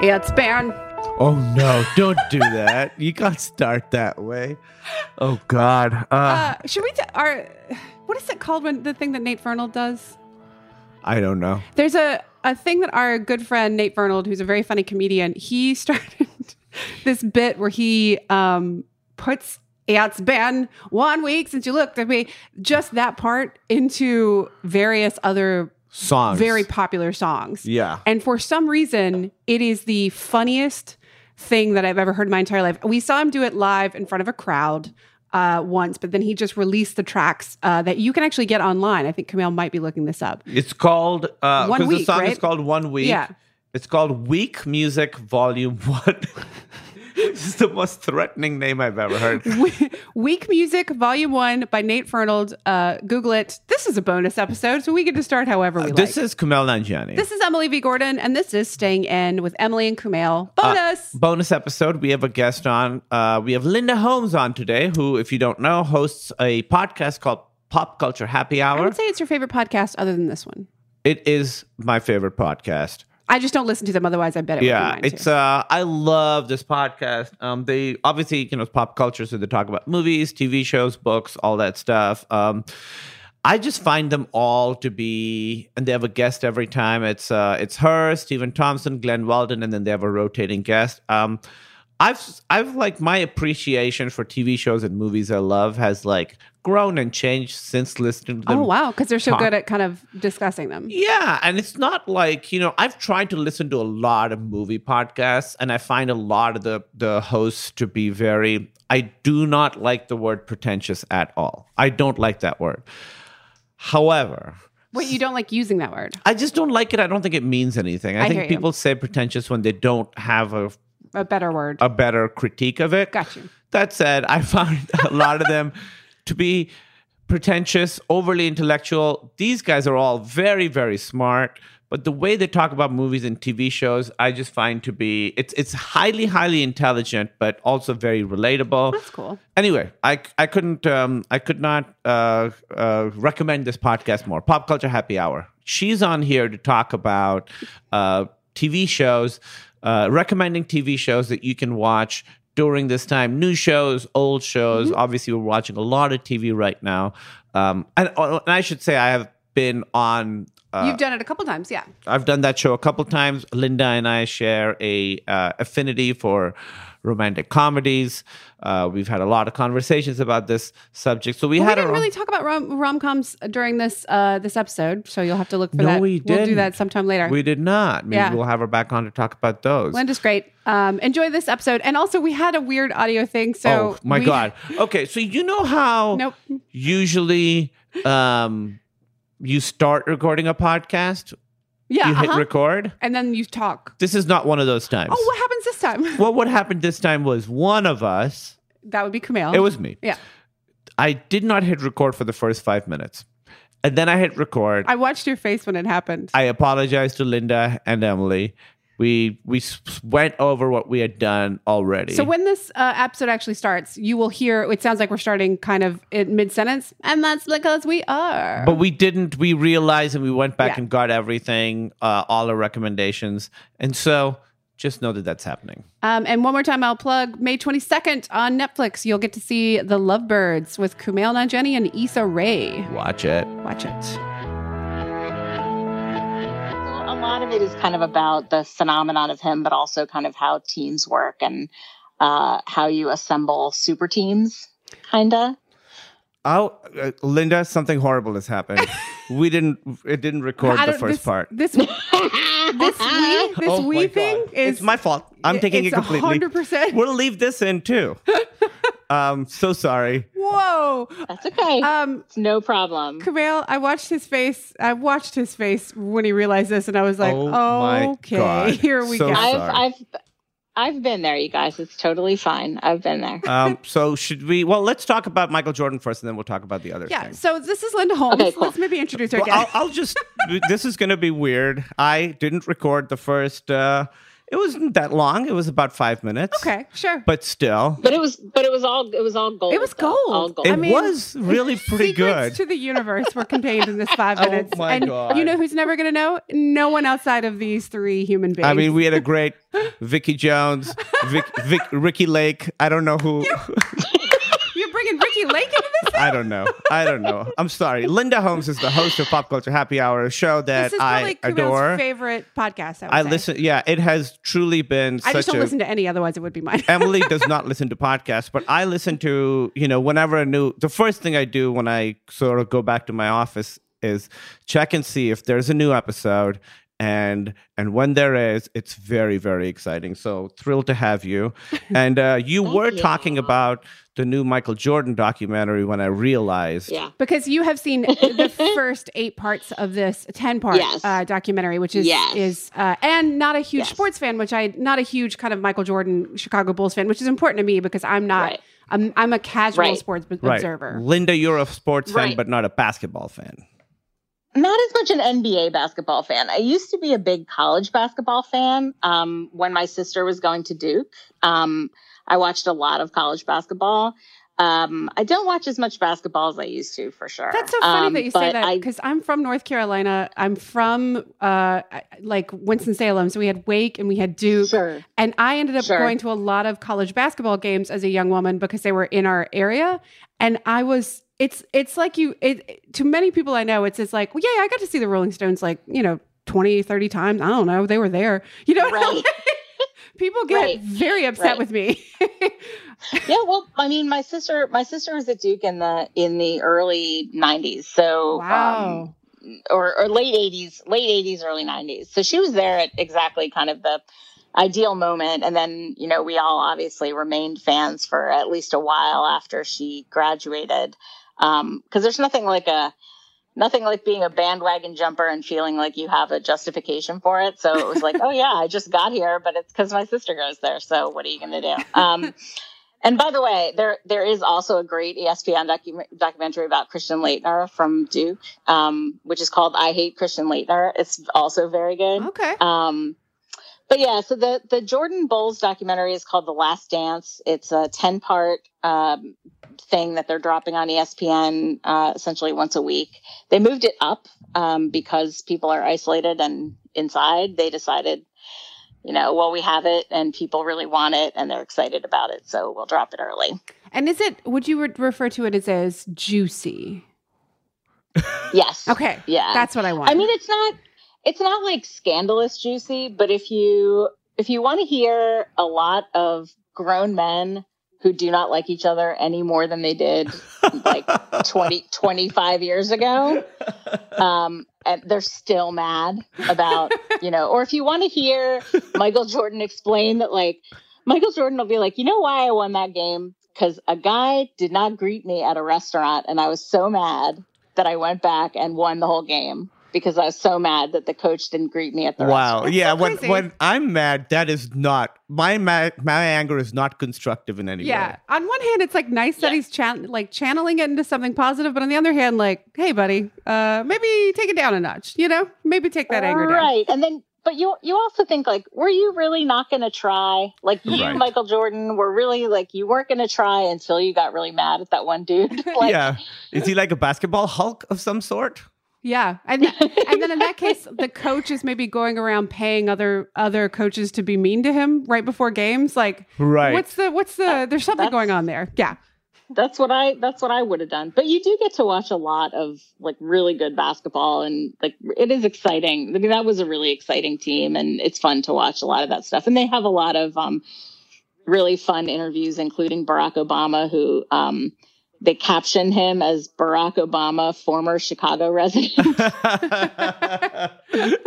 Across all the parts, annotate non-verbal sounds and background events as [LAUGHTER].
Yeah, it's Baron. Oh no, don't do that. you can't start that way. Oh God. Uh, Uh, should we? T- our, what is it called when the thing that Nate Fernald does? I don't know. There's a, a thing that our good friend Nate Fernald, who's a very funny comedian, he [LAUGHS] started this bit where he um, puts yeah, it's been one week since you looked at me. Just that part into various other Songs. very popular songs. Yeah. And for some reason, it is the funniest thing that I've ever heard in my entire life. We saw him do it live in front of a crowd uh, once, but then he just released the tracks uh, that you can actually get online. I think Camille might be looking this up. It's called uh One because the Week, song is right? called One Week. Yeah. It's called Week Music Volume [LAUGHS] One. this is the most threatening name I've ever heard. [LAUGHS] We- Weak Music Volume 1 by Nate Fernald. Uh, Google it. This is a bonus episode, so we get to start however we Uh, This like. is Kumail Nanjiani. this is Emily V. Gordon, and this is Staying In with Emily and Kumail. Bonus! bonus episode. We have a guest on. Uh, we have Linda Holmes on today, who, if you don't know, hosts a podcast called Pop Culture Happy I Hour. would say it's your favorite podcast other than this one. it is my favorite podcast. I just don't listen to them, otherwise I bet it yeah would be mine it's too. uh i love this podcast um they obviously you know it's pop culture so they talk about movies tv shows books all that stuff um I just find them all to be, and they have a guest every time. It's uh, it's her, Stephen Thompson, Glenn Walden, and then they have a rotating guest. Um, I've I've like my appreciation for TV shows and movies I love has like grown and changed since listening to them Oh wow, because they're so talk. good at kind of discussing them. yeah, and it's not like, you know, I've tried to listen to a lot of movie podcasts and I find a lot of the the hosts to be very I do not like the word pretentious at all. I don't like that word. However, Wait, you don't like using that word? I just don't like it. I don't think it means anything. I I, hear think you. people say pretentious when they don't have a A better word. a better critique of it. Got you. That said, I found [LAUGHS] a lot of them to be pretentious, overly intellectual. These guys are all very, very smart, but the way they talk about movies and TV shows, I just find to be it's it's highly, highly intelligent, but also very relatable. That's cool. Anyway, I, I couldn't um, I could not uh, uh, recommend this podcast more. Pop Culture Happy Hour. She's on here to talk about uh, TV shows, uh, recommending TV shows that you can watch during this time. New shows, old shows. Obviously, we're watching a lot of TV right now. Um, and, and I should say I have been on. Uh, You've done it a couple times, yeah. I've done that show a couple times. Linda and I share a uh, affinity for romantic comedies. Uh, we've had a lot of conversations about this subject. So we But we had didn't our really talk about rom rom coms during this uh, this episode, so you'll have to look for No, that. we We'll do didn't. that sometime later. we did not. Maybe Yeah. we'll have her back on to talk about those. Linda's great. Um, enjoy this episode, and also we had a weird audio thing. So oh my we- god. Okay, so you know how Nope. usually um, you start recording a podcast, Yeah, you hit uh-huh. record. and then you talk. This is not one of those times. Oh, what happens this time? [LAUGHS] well, what happened this time was one of us. that would be Kumail. It was me. Yeah, I did not hit record for the first five minutes. And then I hit record. I, I watched your face when it happened. apologized to Linda and Emily. We we s- went over what we had done already. So when this uh, episode actually starts, you will hear. It sounds like we're starting kind of in mid sentence, and that's because we are. but we didn't. We realized and we went back Yeah. and got everything, uh, all our recommendations. And so just know that that's happening. Um, and one more time, I'll plug May twenty second on Netflix. You'll get to see The Lovebirds with Kumail Nanjiani and Issa Rae. Watch it. Watch it. a lot of it is kind of about the phenomenon of him, but also kind of how teams work and uh, how you assemble super teams, kinda. Oh, uh, Linda, something horrible has [LAUGHS] happened. we didn't. It didn't record I the don't- first this, part. This [LAUGHS] this we this [LAUGHS] Oh my we God. thing is it's my fault. I'm taking it it's completely. 100%. We'll leave this in too. um, so sorry. whoa. That's okay. Um, it's no problem. Kumail, I watched his face. I watched his face when he realized this, and I was like, Oh my okay, God. [LAUGHS] here we So go. sorry. I've I've I've been there, you guys. It's totally fine. I've been there. Um, so should we? Well, let's talk about Michael Jordan first, and then we'll talk about the other yeah. thing. So this is Linda Holmes. Okay, cool. Let's maybe introduce her Well, again. I'll, I'll just. this is going to be weird. I didn't record the first. Uh, It wasn't that long. It was about five minutes. Okay, sure. But still, But it was, but it was all, it was all gold. It was though. All gold. gold. it I mean, was really pretty Secrets good. to the universe were contained in this five [LAUGHS] Oh minutes. my and God. you know who's never going to know? No one outside of these three human beings. I mean, we had a great Vicky Jones, Vic, Vic, Ricky Lake. I don't know who. you're bringing Ricky Lake into this. I don't know. I don't know. I'm sorry. Linda Holmes is the host of Pop Culture Happy Hour, a show [LAUGHS] that this is I probably adore. Kumail's favorite podcast. I, would I say. listen. Yeah, it has truly been I just such don't a listen to [LAUGHS] any, otherwise it would be mine. [LAUGHS] Emily does not listen to podcasts, but I listen to, you know, whenever a new, the first thing I do when I sort of go back to my office is check and see if there's a new episode. And and when there is, it's very very exciting. So thrilled to [LAUGHS] have you. And uh, you Thank were you. talking about the new Michael Jordan documentary when I realized. Yeah. because you have seen the [LAUGHS] first eight parts of this ten part Yes. uh, documentary, which is Yes. is uh, and not a huge Yes. sports fan, which I not a huge kind of Michael Jordan Chicago Bulls fan, which is important to me because I'm not Right. I'm, I'm a casual Right. sports b- Right, observer. Linda, you're a sports fan, Right. but not a basketball fan. Not as much an NBA basketball fan. I used to be a big college basketball fan um, when my sister was going to Duke. Um, I watched a lot of college basketball. Um, I don't watch as much basketball as I used to, for sure. That's so funny Um, that you say but that [LAUGHS] I- because I'm from North Carolina. I'm from uh, I- like Winston Salem, so we had Wake and we had Duke, [LAUGHS] sure. And I ended up Sure. going to a lot of college basketball games as a young woman because they were in our area. And I was, it's, it's like you, it, to many people I know, it's just like, well, yeah, I got to see the Rolling Stones like, you know, 20, 30 times. I don't know. They were there. [LAUGHS] You know, what I mean? Right. people get Right. very upset Right. with me. [LAUGHS] yeah well i mean my sister my sister was at duke in the in the early 90s so wow. um, or, or late 80s late 80s early 90s so she was there at exactly kind of the ideal moment and then you know we all obviously remained fans for at least a while after she graduated because there's nothing like a nothing like being a bandwagon jumper and feeling like you have a justification for it so it was like oh yeah i just got here but it's because my sister goes there so what are you going to do um, and by the way there there is also a great E espn docu- documentary about christian leitner from duke um, which is called i hate christian leitner it's also very good okay. um, but yeah, so the the Jordan Bowles documentary is called The Last Dance. It's a ten part um, thing that they're dropping on E ESPN uh, essentially once a week. They moved it up um, because people are isolated and inside. They decided, you know, well we have it and people really want it and they're excited about it, so we'll drop it early. And is it, would you re- refer to it as, as juicy? Yes. Okay. Yeah. That's what I want. I mean, it's not it's not like scandalous juicy, but if you if you want to hear a lot of grown men who do not like each other any more than they did like 20 25 years ago um and they're still mad about you know or if you want to hear michael jordan explain that like michael jordan will be like you know why i won that game because a guy did not greet me at a restaurant and i was so mad that i went back and won the whole game because i was so mad that the coach didn't greet me at the Wow. That's yeah. so when crazy. when I'm mad, that is not my ma- my anger is not constructive in any yeah. way. On one hand, it's like nice that Yeah. he's chan- like channeling it into something positive, but on the other hand, like, hey, buddy, uh, maybe take it down a notch. You know, maybe take that anger down. Right. And then but you you also think like, were you really not gonna try? Like you, Right. Michael Jordan, were really like you weren't gonna try until you got really mad at that one [LAUGHS] dude. like yeah. Is he like a basketball Hulk of some sort? Yeah, [LAUGHS] and and then in that case, the coach is maybe going around paying other other coaches to be mean to him right before games. Like, Right. what's the what's the? There's something That's- going on there. Yeah, that's what I that's what I would have done. But you do get to watch a lot of like really good basketball and like it is exciting. I mean that was a really exciting team and it's fun to watch a lot of that stuff. And they have a lot of um really fun interviews including Barack Obama who um they caption him as Barack Obama, former Chicago resident. [LAUGHS]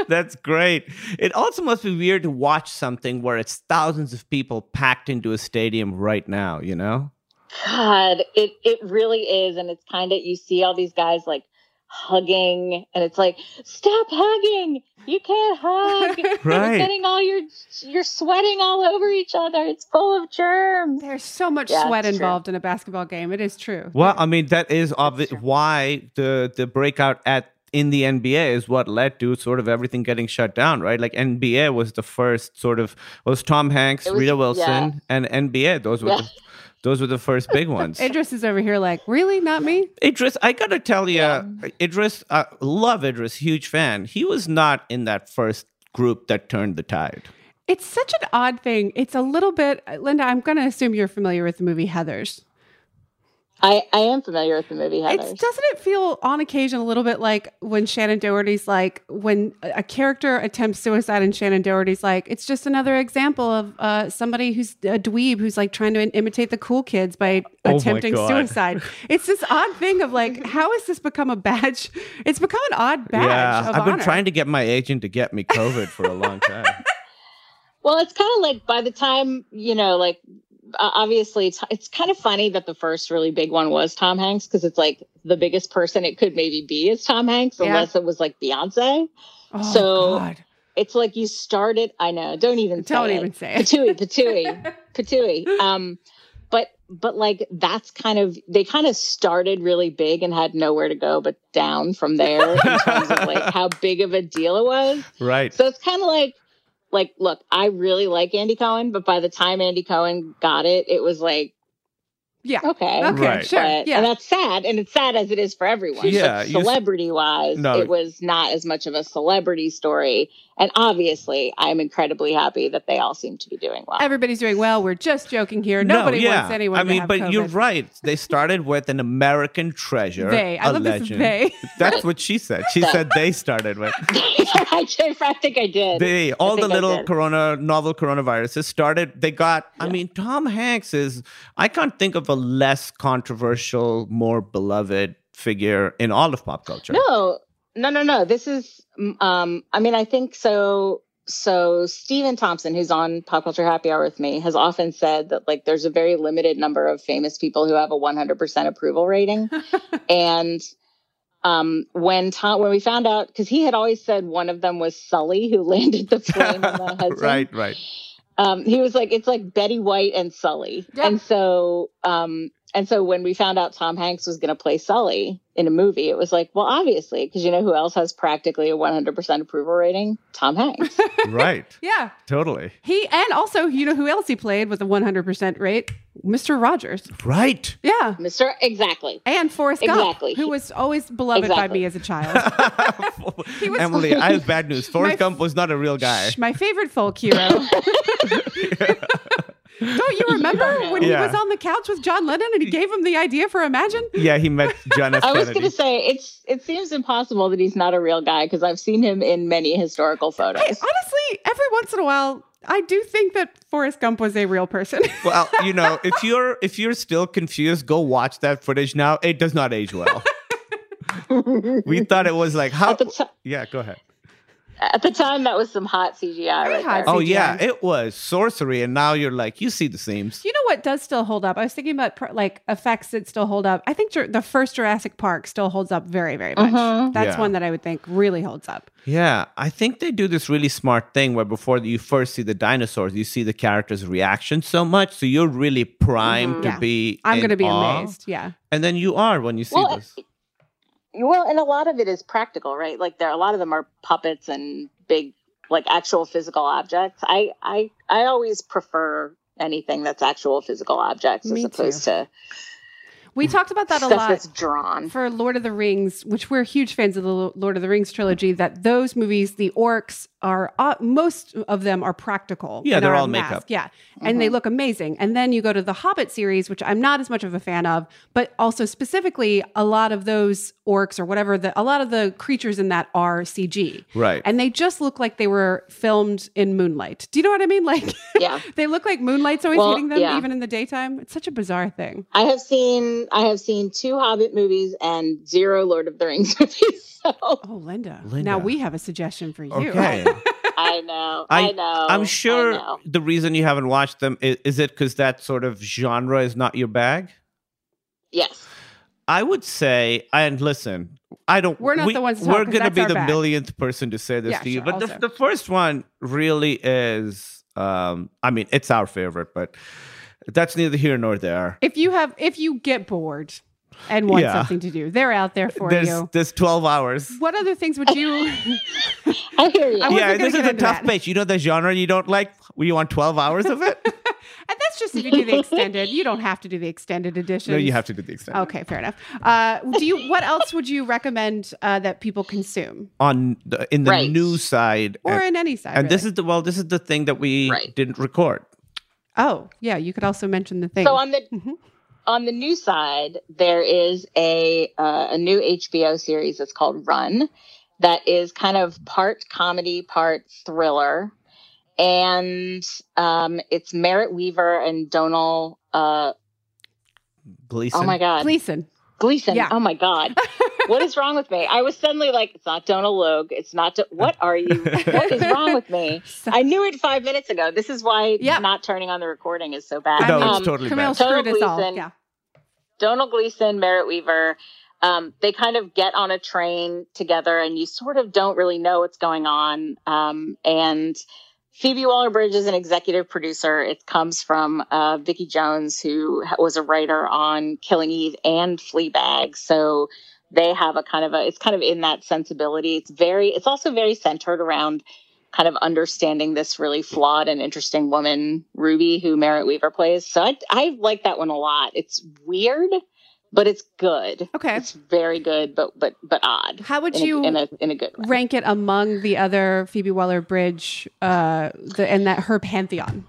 That's great. It also must be weird to watch something where it's thousands of people packed into a stadium right now, you know? God, it it really is, and it's kind of you see all these guys like hugging, and it's like stop hugging. You can't [LAUGHS] hug. You're Right. getting all your you're sweating all over each other. It's full of germs. there's so much Yeah, sweat it's true. involved in a basketball game. It is true. Well, I mean, that is obvious true. why the the breakout at in the NBA is what led to sort of everything getting shut down, right? Like NBA was the first sort of was Tom Hanks, It was- Rita Wilson, yeah. and NBA. Those were Yeah. the, those were the first big ones. Idris is over here like, really? Not me? Idris, I gotta tell you, Idris, uh, love Idris, huge fan. He was not in that first group that turned the tide. It's such an odd thing. It's a little bit, uh, Linda, I'm going to assume you're familiar with the movie Heathers. I, I am familiar with the movie Heather. It's doesn't it feel on occasion a little bit like when Shannon Doherty's like when a a character attempts suicide and Shannon Doherty's like it's just another example of uh, somebody who's a dweeb who's like trying to im- imitate the cool kids by Oh my attempting God. suicide. It's this odd thing of like how has this become a badge? It's become an odd badge. yeah, of I've been honor. trying to get my agent to get me COVID for a long time. Well, it's kind of like by the time, you know, like uh, obviously it's, it's kind of funny that the first really big one was Tom Hanks because it's like the biggest person it could maybe be is Tom Hanks, Yeah. unless it was like Beyonce. Oh, So- God. It's like you started, I know, don't even don't say it. even say it. Patui, Patui, [LAUGHS] Patui. Um, but but like that's kind of they kind of started really big and had nowhere to go but down from there in terms of [LAUGHS] like how big of a deal it was. right. So it's kind of like, like, look, I really like Andy Cohen, but by the time Andy Cohen got it, it was like, Yeah. okay, Okay. Right. Sure. but- yeah. and that's sad, and it's sad as it is for everyone. Yeah, you s- celebrity wise, No. it was not as much of a celebrity story, and obviously, I'm incredibly happy that they all seem to be doing well. Everybody's doing well. We're just joking here. Nobody no, yeah. wants anyone. I to mean, have but you're COVID. right. They started with an American treasure. They. I a love this. legend. They. That's what she said. She said they started with [LAUGHS] I did- I think I did. they all the think I little did. corona novel coronaviruses started. They got. I mean, Tom Hanks is. I can't think of a less controversial, more beloved figure in all of pop culture. [LAUGHS] No, no, no, no. This is, mm, um, I mean, I think so. So Stephen Thompson, who's on Pop Culture Happy Hour with me, has often said that like there's a very limited number of famous people who have a 100% approval rating, and um, when Tom, when we found out, because he had always said one of them was Sully, who landed the plane on [LAUGHS] the Hudson right, right. um, he was like, it's like Betty White and Sully. Yeah. And so, um, and so when we found out Tom Hanks was going to play Sully in a movie, it was like, well, obviously, because you know who else has practically a 100% approval rating? [LAUGHS] Tom Hanks. right. [LAUGHS] yeah. Totally. He and also, you know who else he played with a 100% rate? Mr. Rogers. Right. Yeah. Mr. Exactly. And Forrest Exactly. Gump, who was always beloved by Exactly. me as a child. was Emily, I have bad news. Forrest My- Gump was not a real [LAUGHS] guy. Shh, My favorite folk [LAUGHS] hero. [LAUGHS] Don't you remember when Yeah. he was on the couch with John Lennon and he geve him the idea for Imagine? Yeah, he met John F. I was Kennedy. going to say it's it seems impossible that he's not a real guy because I've seen him in many historical photos. Hey, honestly, every once in a while, I do think that Forrest Gump was a real person. [LAUGHS] well, you know, if you're if you're still confused, go watch that footage now. It does not age well. we thought it was like how at, the ti- Yeah, go ahead. at the time, that was some hot CGI. Very right hot there. Oh CGI. yeah, it was sorcery and now you're like you see the seams. You know what does still hold up? I was thinking about pr- like effects that still hold up. I think Jur- the first Jurassic Park still holds up very, very much. Mhm. That's Yeah. one that I would think really holds up. Yeah, I think they do this really smart thing where before you first see the dinosaurs, you see the characters' reaction so much so you're really primed Mhm. Mm-hmm. to Yeah. be I'm in going to be awe. amazed. Yeah. And then you are when you see Well, this. Well, and a lot of it is practical, right? Like there, a lot of them are puppets and big, like actual physical objects. I, I, I always prefer anything that's actual physical objects Me as opposed to We talked about that a [LAUGHS] stuff lot that's drawn. for Lord of the Rings, which we're huge fans of the Lo- Lord of the Rings trilogy, that those movies, the orcs are, uh, most of them are practical. Yeah, and they're are a all makeup. mask. Yeah. And Mm-hmm. they look amazing. And then you go to the Hobbit series, which I'm not as much of a fan of, but also specifically a lot of those orcs or whatever, the, a lot of the creatures in that are CG. Right. And they just look like they were filmed in moonlight. Do you know what I mean? [LAUGHS] Like, Yeah. they look like moonlight's always Well, hitting them, yeah. even in the daytime. It's such a bizarre thing. I have seen, I have seen two Hobbit movies and zero Lord of the Rings [LAUGHS] movies. So Oh, Linda. Now Linda. we have a suggestion for you. okay. I know, I- Oh, I, know. I'm I sure know. the reason you haven't watched them is, is it because that sort of genre is not your bag? Yes. I would say, and listen, I don't. We're not the ones to talk, We're 'cause gonna that's be our the bag. millionth person to say this Yeah, to you, sure, but the, also. the first one really is. Um, I mean, it's our favorite, but that's neither here nor there. If you have, if you get bored, and want Yeah. something to do. They're out there for there's you. there's 12 hours. What other things would [LAUGHS] you? [LAUGHS] I hear you. I wasn't Yeah, gonna this get is a into tough that. pitch. You know the genre you don't like? We want 12 hours [LAUGHS] of it? and that's just if you do the extended. You don't have to do the extended edition. no, you have to do the extended. Okay, fair enough. Uh, do you? What else would you recommend uh, that people consume, On the, in the Right. news side. or and, in any side? and this really? is the well, this is the thing that we Right. didn't record. oh yeah, you could also mention the thing. So on the Mhm. on the new side, there is a uh, a new HBO series that's called Run, that is kind of part comedy, part thriller, and um, it's Merritt Weaver and Donal. Uh, Gleason. oh [LAUGHS] my God, Gleason. Gleason. Yeah. Oh [LAUGHS] my God. what is wrong with me? I was suddenly like, it's not Donal Logue. It's not. Do- what are you? What is wrong [LAUGHS] with me? So- I knew it five minutes ago. This is why Yeah. not turning on the recording is so bad. No, I it's mean, totally Camille bad. screwed us Donald all. um, Gleason. Yeah. Donald Gleason, Merritt Weaver, um, they kind of get on a train together and you sort of don't really know what's going on. Um, and Phoebe Waller Bridge is an executive producer. It comes from uh, Vicki Jones, who ha- was a writer on Killing Eve and Fleabag. So they have a kind of a, it's kind of in that sensibility. It's very, it's also very centered around kind of understanding this really flawed and interesting woman, Ruby, who Merritt Weaver plays. So I, I like that one a lot. It's weird, but it's good. Okay. It's very good, but but but odd. How would in a- you in a in a good way. rank it among the other Phoebe Waller Bridge uh, the, and that her pantheon?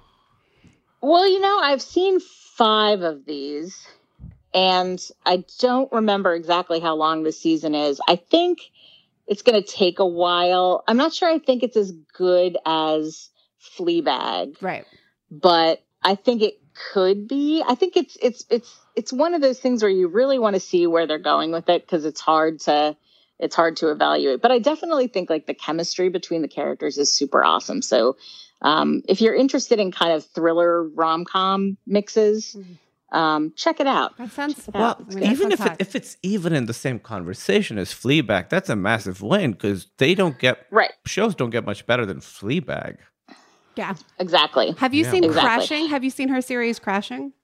Well, you know, I've seen five of these, and I don't remember exactly how long the season is. I think it's going to take a while. I'm not sure. I think it's as good as Fleabag. Right. but I think it could be. I think it's it's it's it's one of those things where you really want to see where they're going with it because it's hard to it's hard to evaluate. But I definitely think like the chemistry between the characters is super awesome. So um, if you're interested in kind of thriller rom com mixes, Mm-hmm. um, check it out. That sounds Well, I mean, that even sounds if it, hot. if it's even in the same conversation as Fleabag, that's a massive win because they don't get Right, shows don't get much better than Fleabag. yeah. exactly. Have you Yeah, seen Exactly. Crashing? Have you seen her series Crashing?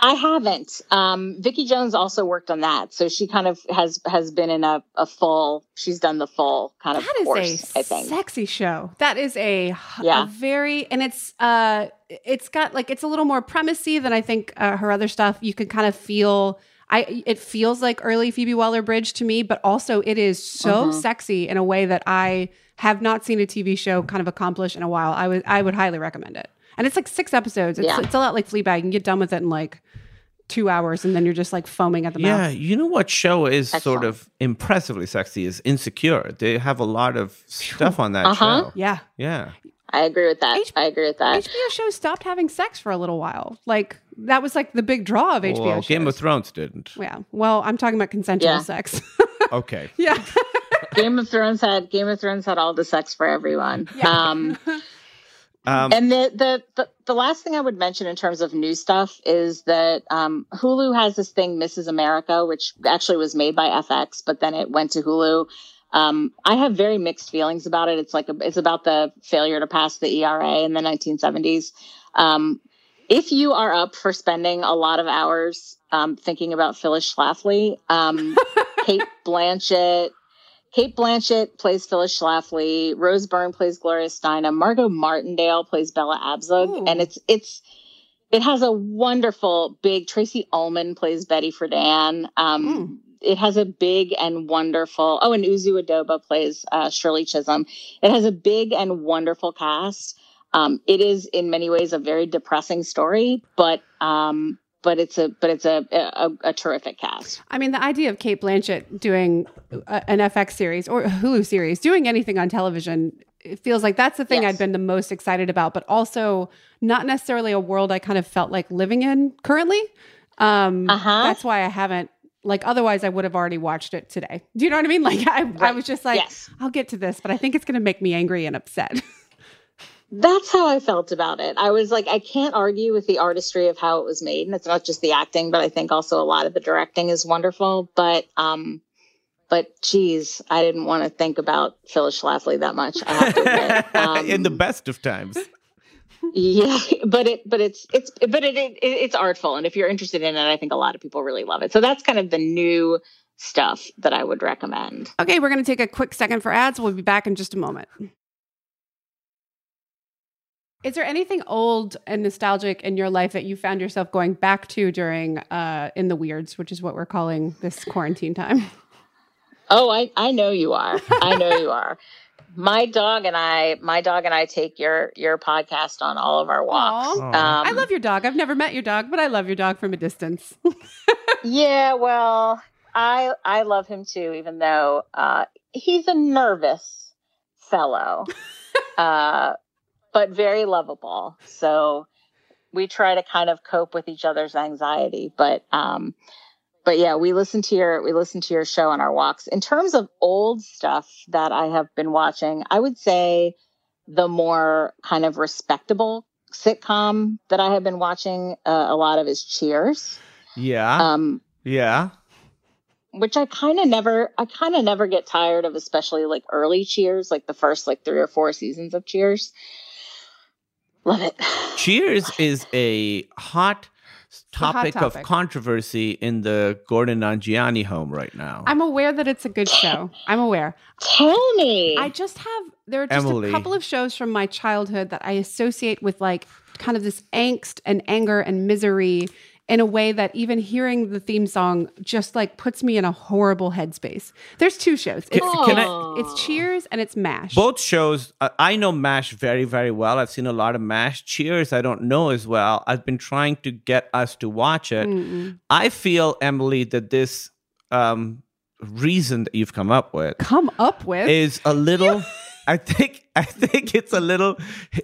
I haven't. Um, Vicki Jones also worked on that, so she kind of has has been in a, a full. She's done the full kind of That is course. a I think. sexy show. That is a, h- a Yeah. very and it's uh it's got like it's a little more premisey than I think uh, her other stuff. You can kind of feel I it feels like early Phoebe Waller Bridge to me, but also it is so Mhm. sexy in a way that I have not seen a TV show kind of accomplish in a while. I would I would highly recommend it. And it's like six episodes. It's, Yeah. it's a lot like Fleabag. You can get done with it in like two hours, and then you're just like foaming at the Yeah, mouth. you know what show is sort Excellent. of impressively sexy is Insecure. They have a lot of stuff on that Uh-huh. show. Yeah. Yeah. I agree with that. H- I agree with that. HBO shows stopped having sex for a little while. Like that was like the big draw of HBO well, shows. Game of Thrones didn't. yeah. Well, I'm talking about consensual Yeah. sex. [LAUGHS] okay. yeah. Game of Thrones had Game of Thrones had all the sex for everyone. Um, Um, [LAUGHS] [LAUGHS] and the, the the the last thing I would mention in terms of new stuff is that um, Hulu has this thing Mrs. America, which actually was made by FX, but then it went to Hulu. Um, I have very mixed feelings about it. It's like a, it's about the failure to pass the ERA in the 1970s. Um, if you are up for spending a lot of hours um, thinking about Phyllis Schlafly, um, Kate Blanchett, Kate Blanchett plays Phyllis Schlafly, Rose Byrne plays Gloria Steinem, Margot Martindale plays Bella Abzug, Ooh. and it's it's it has a wonderful big Tracy Ullman plays Betty Friedan. Um, It has a big and wonderful. Oh, and Uzu Adoba plays uh, Shirley Chisholm. It has a big and wonderful cast. Um, it is in many ways a very depressing story, but um, but it's a but it's a a, a terrific cast. I mean, the idea of Kate Blanchett doing a, an FX series or a Hulu series, doing anything on television, it feels like that's the thing Yes. I've been the most excited about, but also not necessarily a world I kind of felt like living in currently. Um, Uh-huh. That's why I haven't. Like otherwise, I would have already watched it today. Do you know what I mean? Like I, I Right. was just like, yes. I'll get to this, but I think it's going to make me angry and upset. That's how I felt about it. I was like, I can't argue with the artistry of how it was made, and it's not just the acting, but I think also a lot of the directing is wonderful. But um, but geez, I didn't want to [LAUGHS] think about Phyllis Schlafly that much. I have to admit. Um, in the best of times. yeah [LAUGHS] but it but it's it's but it, it it's artful and if you're interested in it i think a lot of people really love it so that's kind of the new stuff that i would recommend Okay, we're going to take a quick second for ads. We'll be back in just a moment. Is there anything old and nostalgic in your life that you found yourself going back to during uh, in the weirds, which is what we're calling this quarantine [LAUGHS] time? oh i i know you are i know you are my dog and i my dog and i take your your podcast on all of our walks Aw. Aw. um, I love your dog. I've never met your dog, but I love your dog from a [LAUGHS] distance. Yeah, well, I I love him too, even though uh, he's a nervous fellow, uh, but very lovable. So we try to kind of cope with each other's anxiety, but um, but yeah, we listen to your we listen to your show on our walks. In terms of old stuff that I have been watching, I would say the more kind of respectable sitcom that I have been watching uh, a lot of is Cheers. Yeah. Um, yeah. which I kind of never, I kind of never get tired of, especially like early Cheers, like the first like three or four seasons of Cheers. Love it. [SIGHS] Cheers is a hot a hot topic, of topic. controversy in the Gordon Nangiani home right now. I'm aware that it's a good show. I'm aware. Tell me. I just have there are just Emily. a couple of shows from my childhood that I associate with like kind of this angst and anger and misery in a way that even hearing the theme song just like puts me in a horrible headspace. There's two shows. It's, Can- can I- Aw. it's Cheers and it's Mash. Both shows, I I know MASH very, very well. I've seen a lot of MASH. Cheers, I don't know as well. I've been trying to get us to watch it. Mm-mm. I feel, Emily, that this um, reason that you've come up with Come up with is [LAUGHS] a little. I think I think it's a little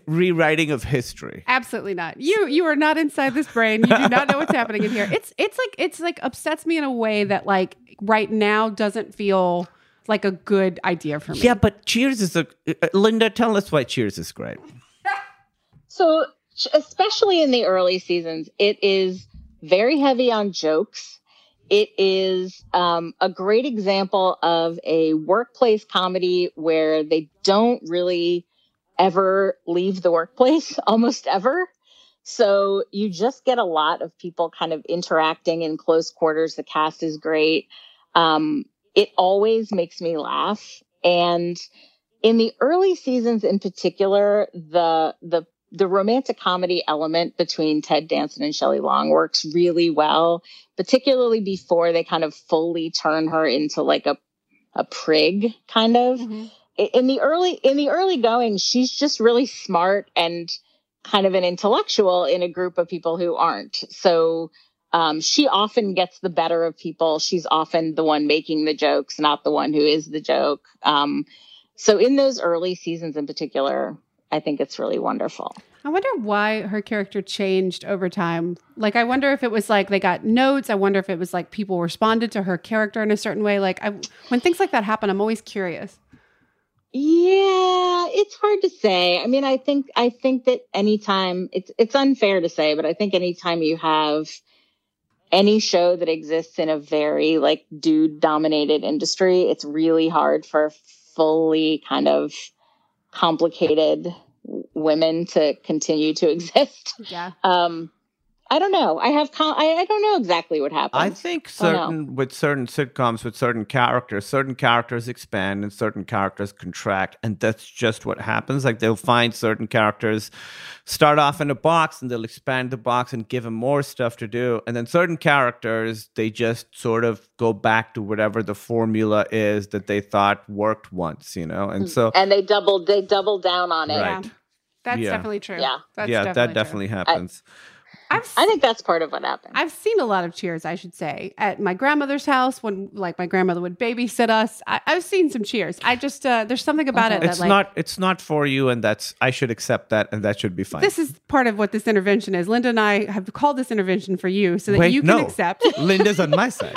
rewriting of history. Absolutely not. You you are not inside this brain. You do not know what's happening in here. It's it's like it's like upsets me in a way that like right now doesn't feel like a good idea for me. Yeah, but Cheers is a uh, Linda. Tell us why Cheers is great. so, ch- especially in the early seasons, it is very heavy on jokes. It is um, a great example of a workplace comedy where they don't really ever leave the workplace, [LAUGHS] almost ever. So you just get a lot of people kind of interacting in close quarters. The cast is great. Um, it always makes me laugh. And in the early seasons in particular, the, the, the romantic comedy element between Ted Danson and Shelley Long works really well, particularly before they kind of fully turn her into like a, a prig kind of Mhm. i- in the early in the early going she's just really smart and kind of an intellectual in a group of people who aren't so um, she often gets the better of people she's often the one making the jokes not the one who is the joke um, so in those early seasons in particular i think it's really wonderful I wonder why her character changed over time. Like, I wonder if it was like they got notes. I wonder if it was like people responded to her character in a certain way. Like, I, when things like that happen, I'm always curious. Yeah, it's hard to say. I mean, I think I think that anytime it's it's unfair to say, but I think anytime you have any show that exists in a very like dude dominated industry, it's really hard for fully kind of complicated w- women to continue to [LAUGHS] exist. Yeah. Um I don't know. I have com- I, I don't know exactly what happened. I think Oh, no. certain with certain sitcoms with certain characters, certain characters expand and certain characters contract, and that's just what happens. Like they'll find certain characters start off in a box and they'll expand the box and give them more stuff to do, and then certain characters they just sort of go back to whatever the formula is that they thought worked once, you know. Hmm. And so and they doubled they doubled down on it. Right. Yeah. That's Yeah. definitely true. Yeah. That's yeah, that true. definitely happens. I've seen I think that's part of what happened. I've seen a lot of cheers, I should say, at my grandmother's house when, like, my grandmother would babysit us. I, I've seen some cheers. I just, uh, there's something about it Okay. that, Uh-huh. it's like, not it's not for you, and that's I should accept that, and that should be fine. this is part of what this intervention is. Linda and I have called this intervention for you so that Wait, you can no. accept, [LAUGHS] Linda's on my side.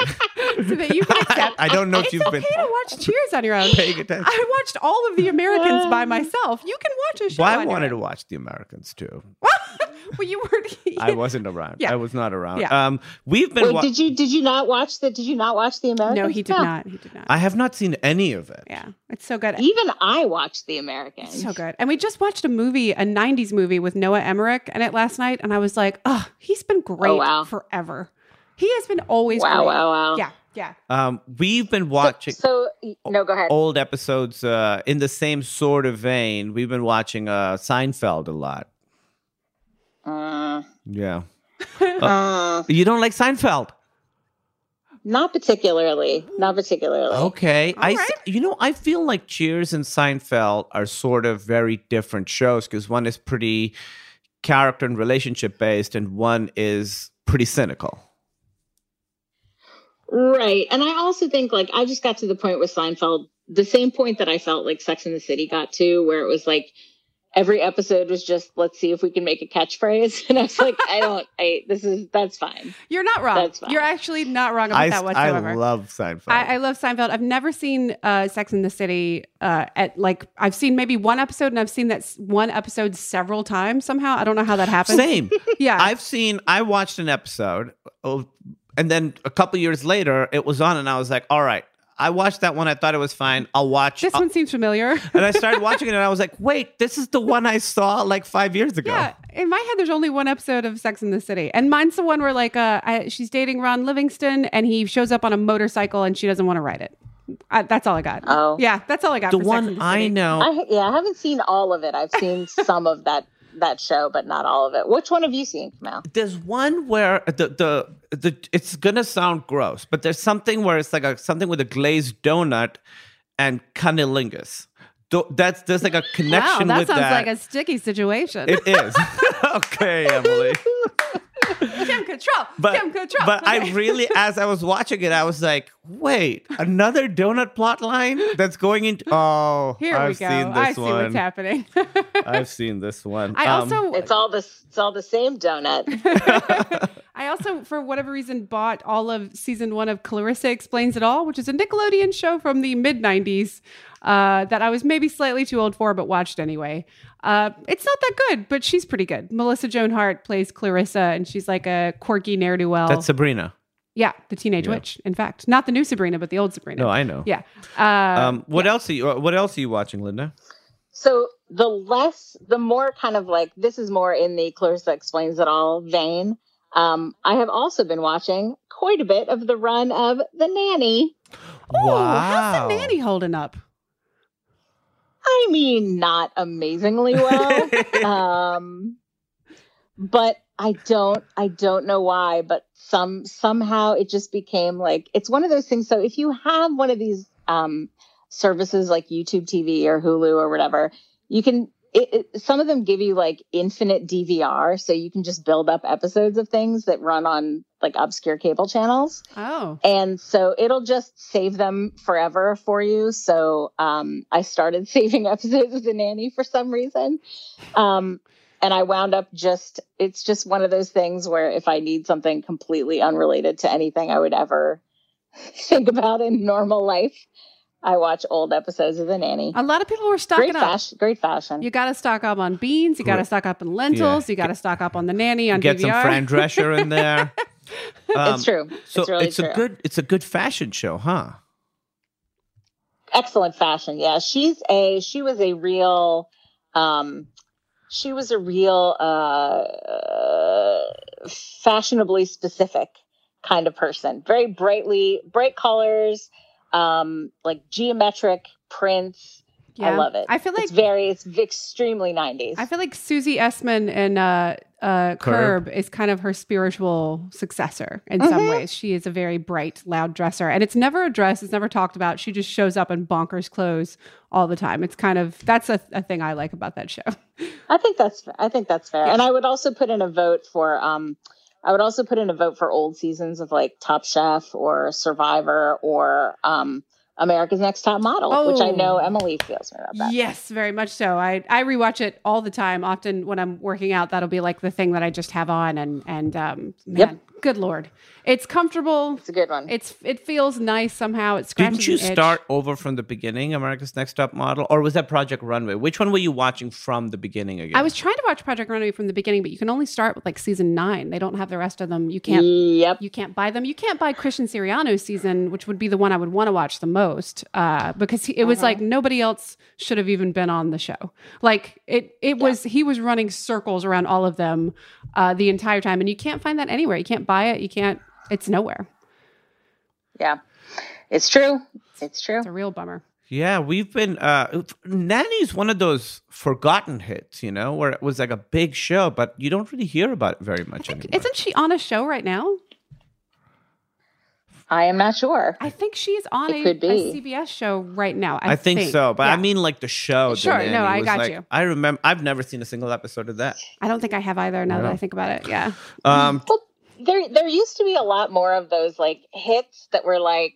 so that you can [LAUGHS] accept. I don't know if it's you've okay [LAUGHS] been to watch [LAUGHS] Cheers on your own. paying attention. Uh, I watched all of The Americans by myself. You can watch a show. Well, I on your wanted to own. watch The Americans too. Well, you [LAUGHS] weren't. I wasn't around. Yeah. I was not around. Yeah. Um, we've been. Wait, wa- did you did you not watch the did you not watch the Americans? No, he did not. He did not. I have not seen any of it. yeah, it's so good. Even I watched the Americans. It's so good. And we just watched a movie, a 90s movie with Noah Emmerich in it last night. And I was like, oh, he's been great wow. forever. He has been always Wow, great. wow, wow. Yeah, yeah. Um, we've been watching So no, go ahead. old episodes uh, in the same sort of vein. We've been watching uh, Seinfeld a lot. Uh, Yeah. uh, You don't like Seinfeld? [LAUGHS] not particularly. Not particularly. Okay. All I s- right. you know, I feel like Cheers and Seinfeld are sort of very different shows because one is pretty character and relationship based and one is pretty cynical. Right. And I also think like I just got to the point with Seinfeld, the same point that I felt like Sex in the City got to, where it was like every episode was just let's see if we can make a catchphrase. [LAUGHS] And I was like, I don't I this is that's fine. You're not wrong. That's fine. You're actually not wrong about I, s- that I whatsoever. love Seinfeld. I, I love Seinfeld. I've never seen uh, Sex in the City uh, at like I've seen maybe one episode, and I've seen that s- one episode several times somehow. I don't know how [LAUGHS] that happens. [LAUGHS] Same. Yeah, I've seen, I watched an episode, of, and then a couple years later, it was on, and I was like, all right, I watched that one. I thought it was fine. I'll watch. this one seems familiar. and I started watching it, and I was like, wait, this is the one I saw like five years ago. Yeah, in my head, there's only one episode of Sex in the City, and mine's the one where like uh, I, she's dating Ron Livingston, and he shows up on a motorcycle, and she doesn't want to ride it. I, that's all I got. Oh. yeah, that's all I got. The for Sex and one the I City. know. I yeah, I haven't seen all of it. I've seen some of that that show, but not all of it. Which one have you seen, Kamal? there's one where the the the it's gonna sound gross, but there's something where it's like a something with a glazed donut and cunnilingus. Tho- That's there's like a Wow, connection that with sounds that. like a sticky situation. it is [LAUGHS] okay, Emily. [LAUGHS] Kim Control, But Kim Control. but I really, as I was watching it, I was like, wait, another donut plot line that's going into. Oh, Here I've we go. seen this I see one. what's happening. [LAUGHS] I've seen this one. I Um, also It's all the it's all the same donut. I also, for whatever reason, bought all of season one of Clarissa Explains It All, which is a Nickelodeon show from the mid 90s uh, that I was maybe slightly too old for, but watched anyway. Uh, it's not that good, but she's pretty good. Melissa Joan Hart plays Clarissa, and she's like a quirky ne'er do well. that's Sabrina. yeah, the teenage Yeah. witch, in fact. Not the new Sabrina, but the old Sabrina. No, I know. yeah. Uh, Um, what else are you? What else are you watching, Linda? So the less, the more kind of like this is more in the Clarissa explains it all vein. Um, I have also been watching quite a bit of the run of The Nanny. ooh, How's the nanny holding up? I mean, not amazingly well, um, but I don't, I don't know why, but some somehow it just became like it's one of those things. So if you have one of these um, services like YouTube TV or Hulu or whatever, you can. It, it, some of them give you like infinite DVR, so you can just build up episodes of things that run on like obscure cable channels Oh. and so it'll just save them forever for you so um, i started [LAUGHS] saving episodes of the nanny for some reason um, and i wound up just it's just one of those things where if i need something completely unrelated to anything i would ever [LAUGHS] think about in normal life i watch old episodes of the nanny A lot of people were stocking great up. fashion great fashion You got to stock up on beans. You got to Great. stock up on lentils. You got to stock up on the nanny on Get DVR. some [LAUGHS] Fran Drescher in there. Um, it's true So it's really true a good it's a good fashion show, huh? excellent fashion yeah she's a she was a real um she was a real uh fashionably specific kind of person very brightly bright colors um like geometric prints i love it I feel like it's very it's extremely 90s I feel like Susie Essman and uh, uh, Curb. Curb. is kind of her spiritual successor in some Mhm. ways. She is a very bright, loud dresser, and it's never addressed. It's never talked about. She just shows up in bonkers clothes all the time. It's kind of that's a, a thing I like about that show. I think that's I think that's fair. And I would also put in a vote for um I would also put in a vote for old seasons of like Top Chef or Survivor or um America's Next Top Model, which I know Oh. Emily feels about that. Yes, very much so. I I rewatch it all the time. Often when I'm working out, that'll be like the thing that I just have on. And and um, man, Yep. Good lord, it's comfortable. It's a good one. It's it feels nice somehow. It scratches. Didn't you an itch. start over from the beginning, America's Next Top Model, or was that Project Runway? Which one were you watching from the beginning again? I was trying to watch Project Runway from the beginning, but you can only start with like season nine. They don't have the rest of them. You can't. Yep. You can't buy them. You can't buy Christian Siriano's season, which would be the one I would want to watch the most, uh, because he, it was Uh-huh. like nobody else should have even been on the show. Like it, it Yeah. was he was running circles around all of them uh, the entire time, and you can't find that anywhere. You can't buy it. You can't. It's nowhere. Yeah. It's true. It's true. It's a real bummer. Yeah, we've been uh Nanny's one of those forgotten hits, you know, where it was like a big show, but you don't really hear about it very much anymore. Isn't she on a show right now? I am not sure. I think she is on It a, could be. a CBS show right now. I, I, think, so, but Yeah. I mean like the show. Sure, the no, Nanny I was got like- you. I remember I've never seen a single episode of that. I don't think I have either. Now that Yeah. I think about it, yeah. [LAUGHS] Um There there used to be a lot more of those like hits that were like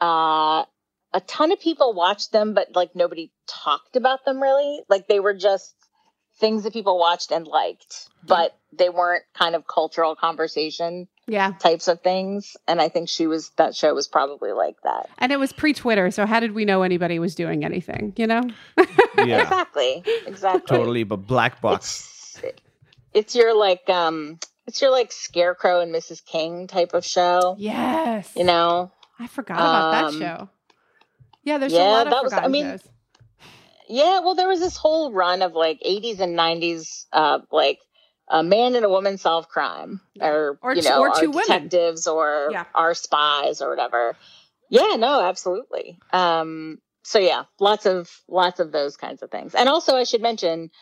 uh a ton of people watched them but like nobody talked about them really. Like they were just things that people watched and liked, Mm-hmm. but they weren't kind of cultural conversation Yeah. types of things. And I think she was that show was probably like that. And it was pre Twitter. So how did we know anybody was doing anything? You know? yeah, Exactly. Exactly. totally, but black box. It's, it's your like um it's your like scarecrow and Mrs. King type of show. Yes. You know? I forgot about Um, that show. Yeah, there's a yeah, lot of that was- I forgotten mean, shows. Yeah, well there was this whole run of like eighties and nineties uh like a man and a woman solve crime or, Or you t- know or are two women. detectives or Yeah. are spies or whatever. Yeah, no, absolutely. Um so yeah, lots of lots of those kinds of things. And also I should mention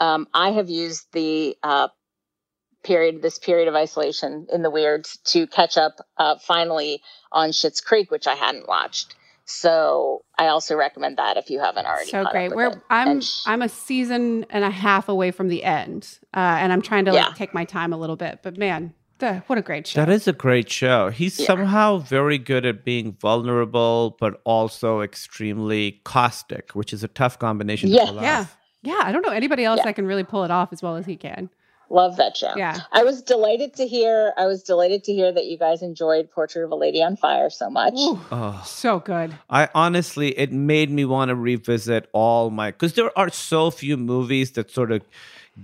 um I have used the uh period, this period of isolation in the weirds to catch up uh, finally on Schitt's Creek, which I hadn't watched. So I also recommend that if you haven't already. So caught up great. with We're it. I'm And sh- I'm a season and a half away from the end, uh, and I'm trying to Yeah. like take my time a little bit. But man, duh, what a great show! That is a great show. He's Yeah. somehow very good at being vulnerable, but also extremely caustic, which is a tough combination. Yeah. to pull Yeah. off. yeah, I don't know anybody else Yeah. that can really pull it off as well as he can. love that show. Yeah, I was delighted to hear. I was delighted to hear that you guys enjoyed Portrait of a Lady on Fire so much. Ooh, Oh. so good. I honestly, it made me want to revisit all my because there are so few movies that sort of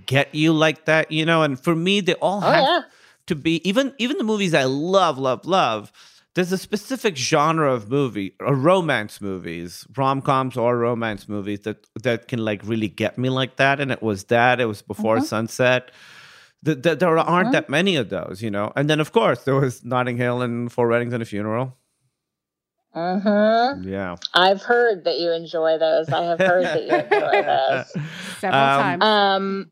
get you like that, you know. And for me, they all Oh have yeah, to be even even the movies I love, love, love. There's a specific genre of movie, or romance movies, rom coms or romance movies that that can like really get me like that. And it was that. It was Before Uh-huh. Sunset. Th- th- there aren't Mhm. that many of those, you know. And then of course there was Notting Hill and Four Weddings and a Funeral. mm-hmm. Yeah. I've heard that you enjoy those. I have heard that [LAUGHS] you enjoy those. [LAUGHS] Several Um, times. Um,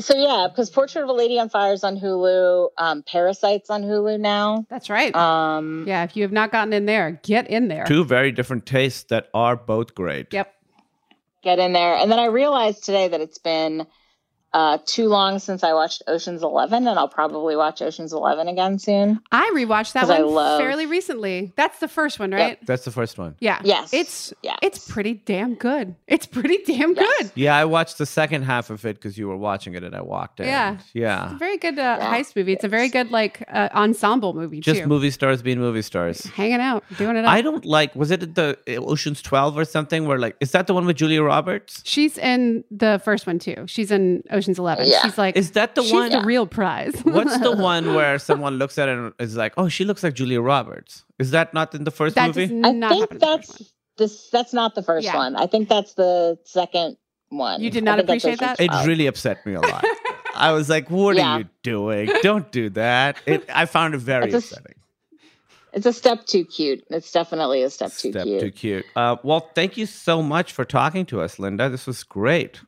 so yeah, because Portrait of a Lady on Fire is on Hulu. Um, Parasites on Hulu now. That's right. Um, yeah, if you have not gotten in there, get in there. Two very different tastes that are both great. Yep. Get in there, and then I realized today that it's been uh, too long since I watched Ocean's Eleven, and I'll probably watch Ocean's Eleven again soon. I rewatched that 'Cause I one love- fairly recently. That's the first one, Yep. right? That's the first one. Yeah. Yes, It's yeah, it's pretty damn good. It's pretty damn Yes. good. Yeah, I watched the second half of it because you were watching it and I walked in. Yeah. It's Yeah. a very good uh, Yeah. heist movie. It's a very good like uh, ensemble movie Just too. movie stars being movie stars. Hanging out, doing it. Up. I don't like. Was it at the uh, Ocean's Twelve or something? Where like, is that the one with Julia Roberts? She's in the first one too. She's in Ocean's Eleven. Yeah. She's like Is that the she's one? the real prize. [LAUGHS] What's the one where someone looks at it and is like, "Oh, she looks like Julia Roberts"? Is that not in the first that movie? does I not happen think in the first that's this. That's not the first Yeah. one. I think that's the second one. You did I not think that's appreciate that? Ocean's It 12. really upset me a lot. I was like, "What Yeah. are you doing? Don't do that!" It, I found it very It's a s- upsetting. It's a step too cute. It's definitely a step too Step cute. too cute. Uh, well, thank you so much for talking to us, Linda. This was great.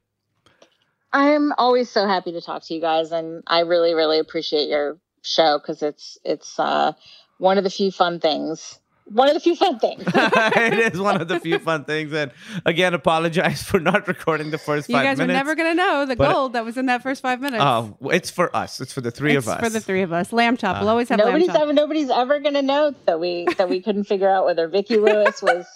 I'm always so happy to talk to you guys, and I really, really appreciate your show because it's it's uh, one of the few fun things. One of the few [LAUGHS] fun things. [LAUGHS] it is one of the few fun things. And again, apologize for not recording the first You five guys minutes. are never gonna know the but- gold that was in that first five minutes. Oh, it's for us. It's for the three It's of us. for the three of us. Lamb chop. we'll [LAUGHS] Uh, always have lamb nobody's chop. ever nobody's ever gonna know that we that we couldn't figure out whether Vicki Lewis was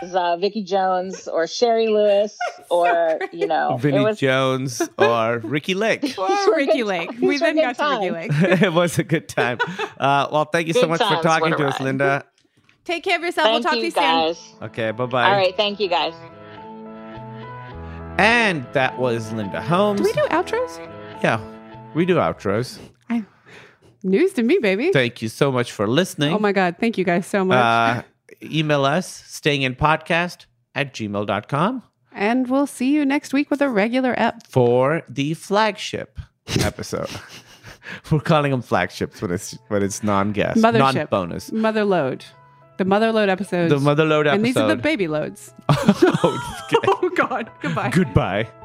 was uh, Vicki Jones or Sherry Lewis or you know Vinnie it [LAUGHS] was Jones or Ricky Lake. [LAUGHS] Or Ricky Lake. These We were then good got to Ricky times. Lake. it was a good time. Uh, well, thank you so Good much for times, talking what a to us, ride. Linda. Take care of yourself. we'll thank talk you to you soon. guys. Okay, bye bye. All right, thank you guys. And that was Linda Holmes. Do we do outros? yeah, we do outros. I, news to me, baby. Thank you so much for listening. Oh my God. Thank you guys so much. [LAUGHS] uh, email us staying in podcast at gmail.com and we'll see you next week with a regular ep. for the flagship episode. We're calling them flagships when it's when it's non-guest, Mothership. non-bonus. Mother load. The mother load episodes. The motherload episode. And these are the baby loads. [LAUGHS] [LAUGHS] Oh, okay. Oh God. Goodbye. Goodbye.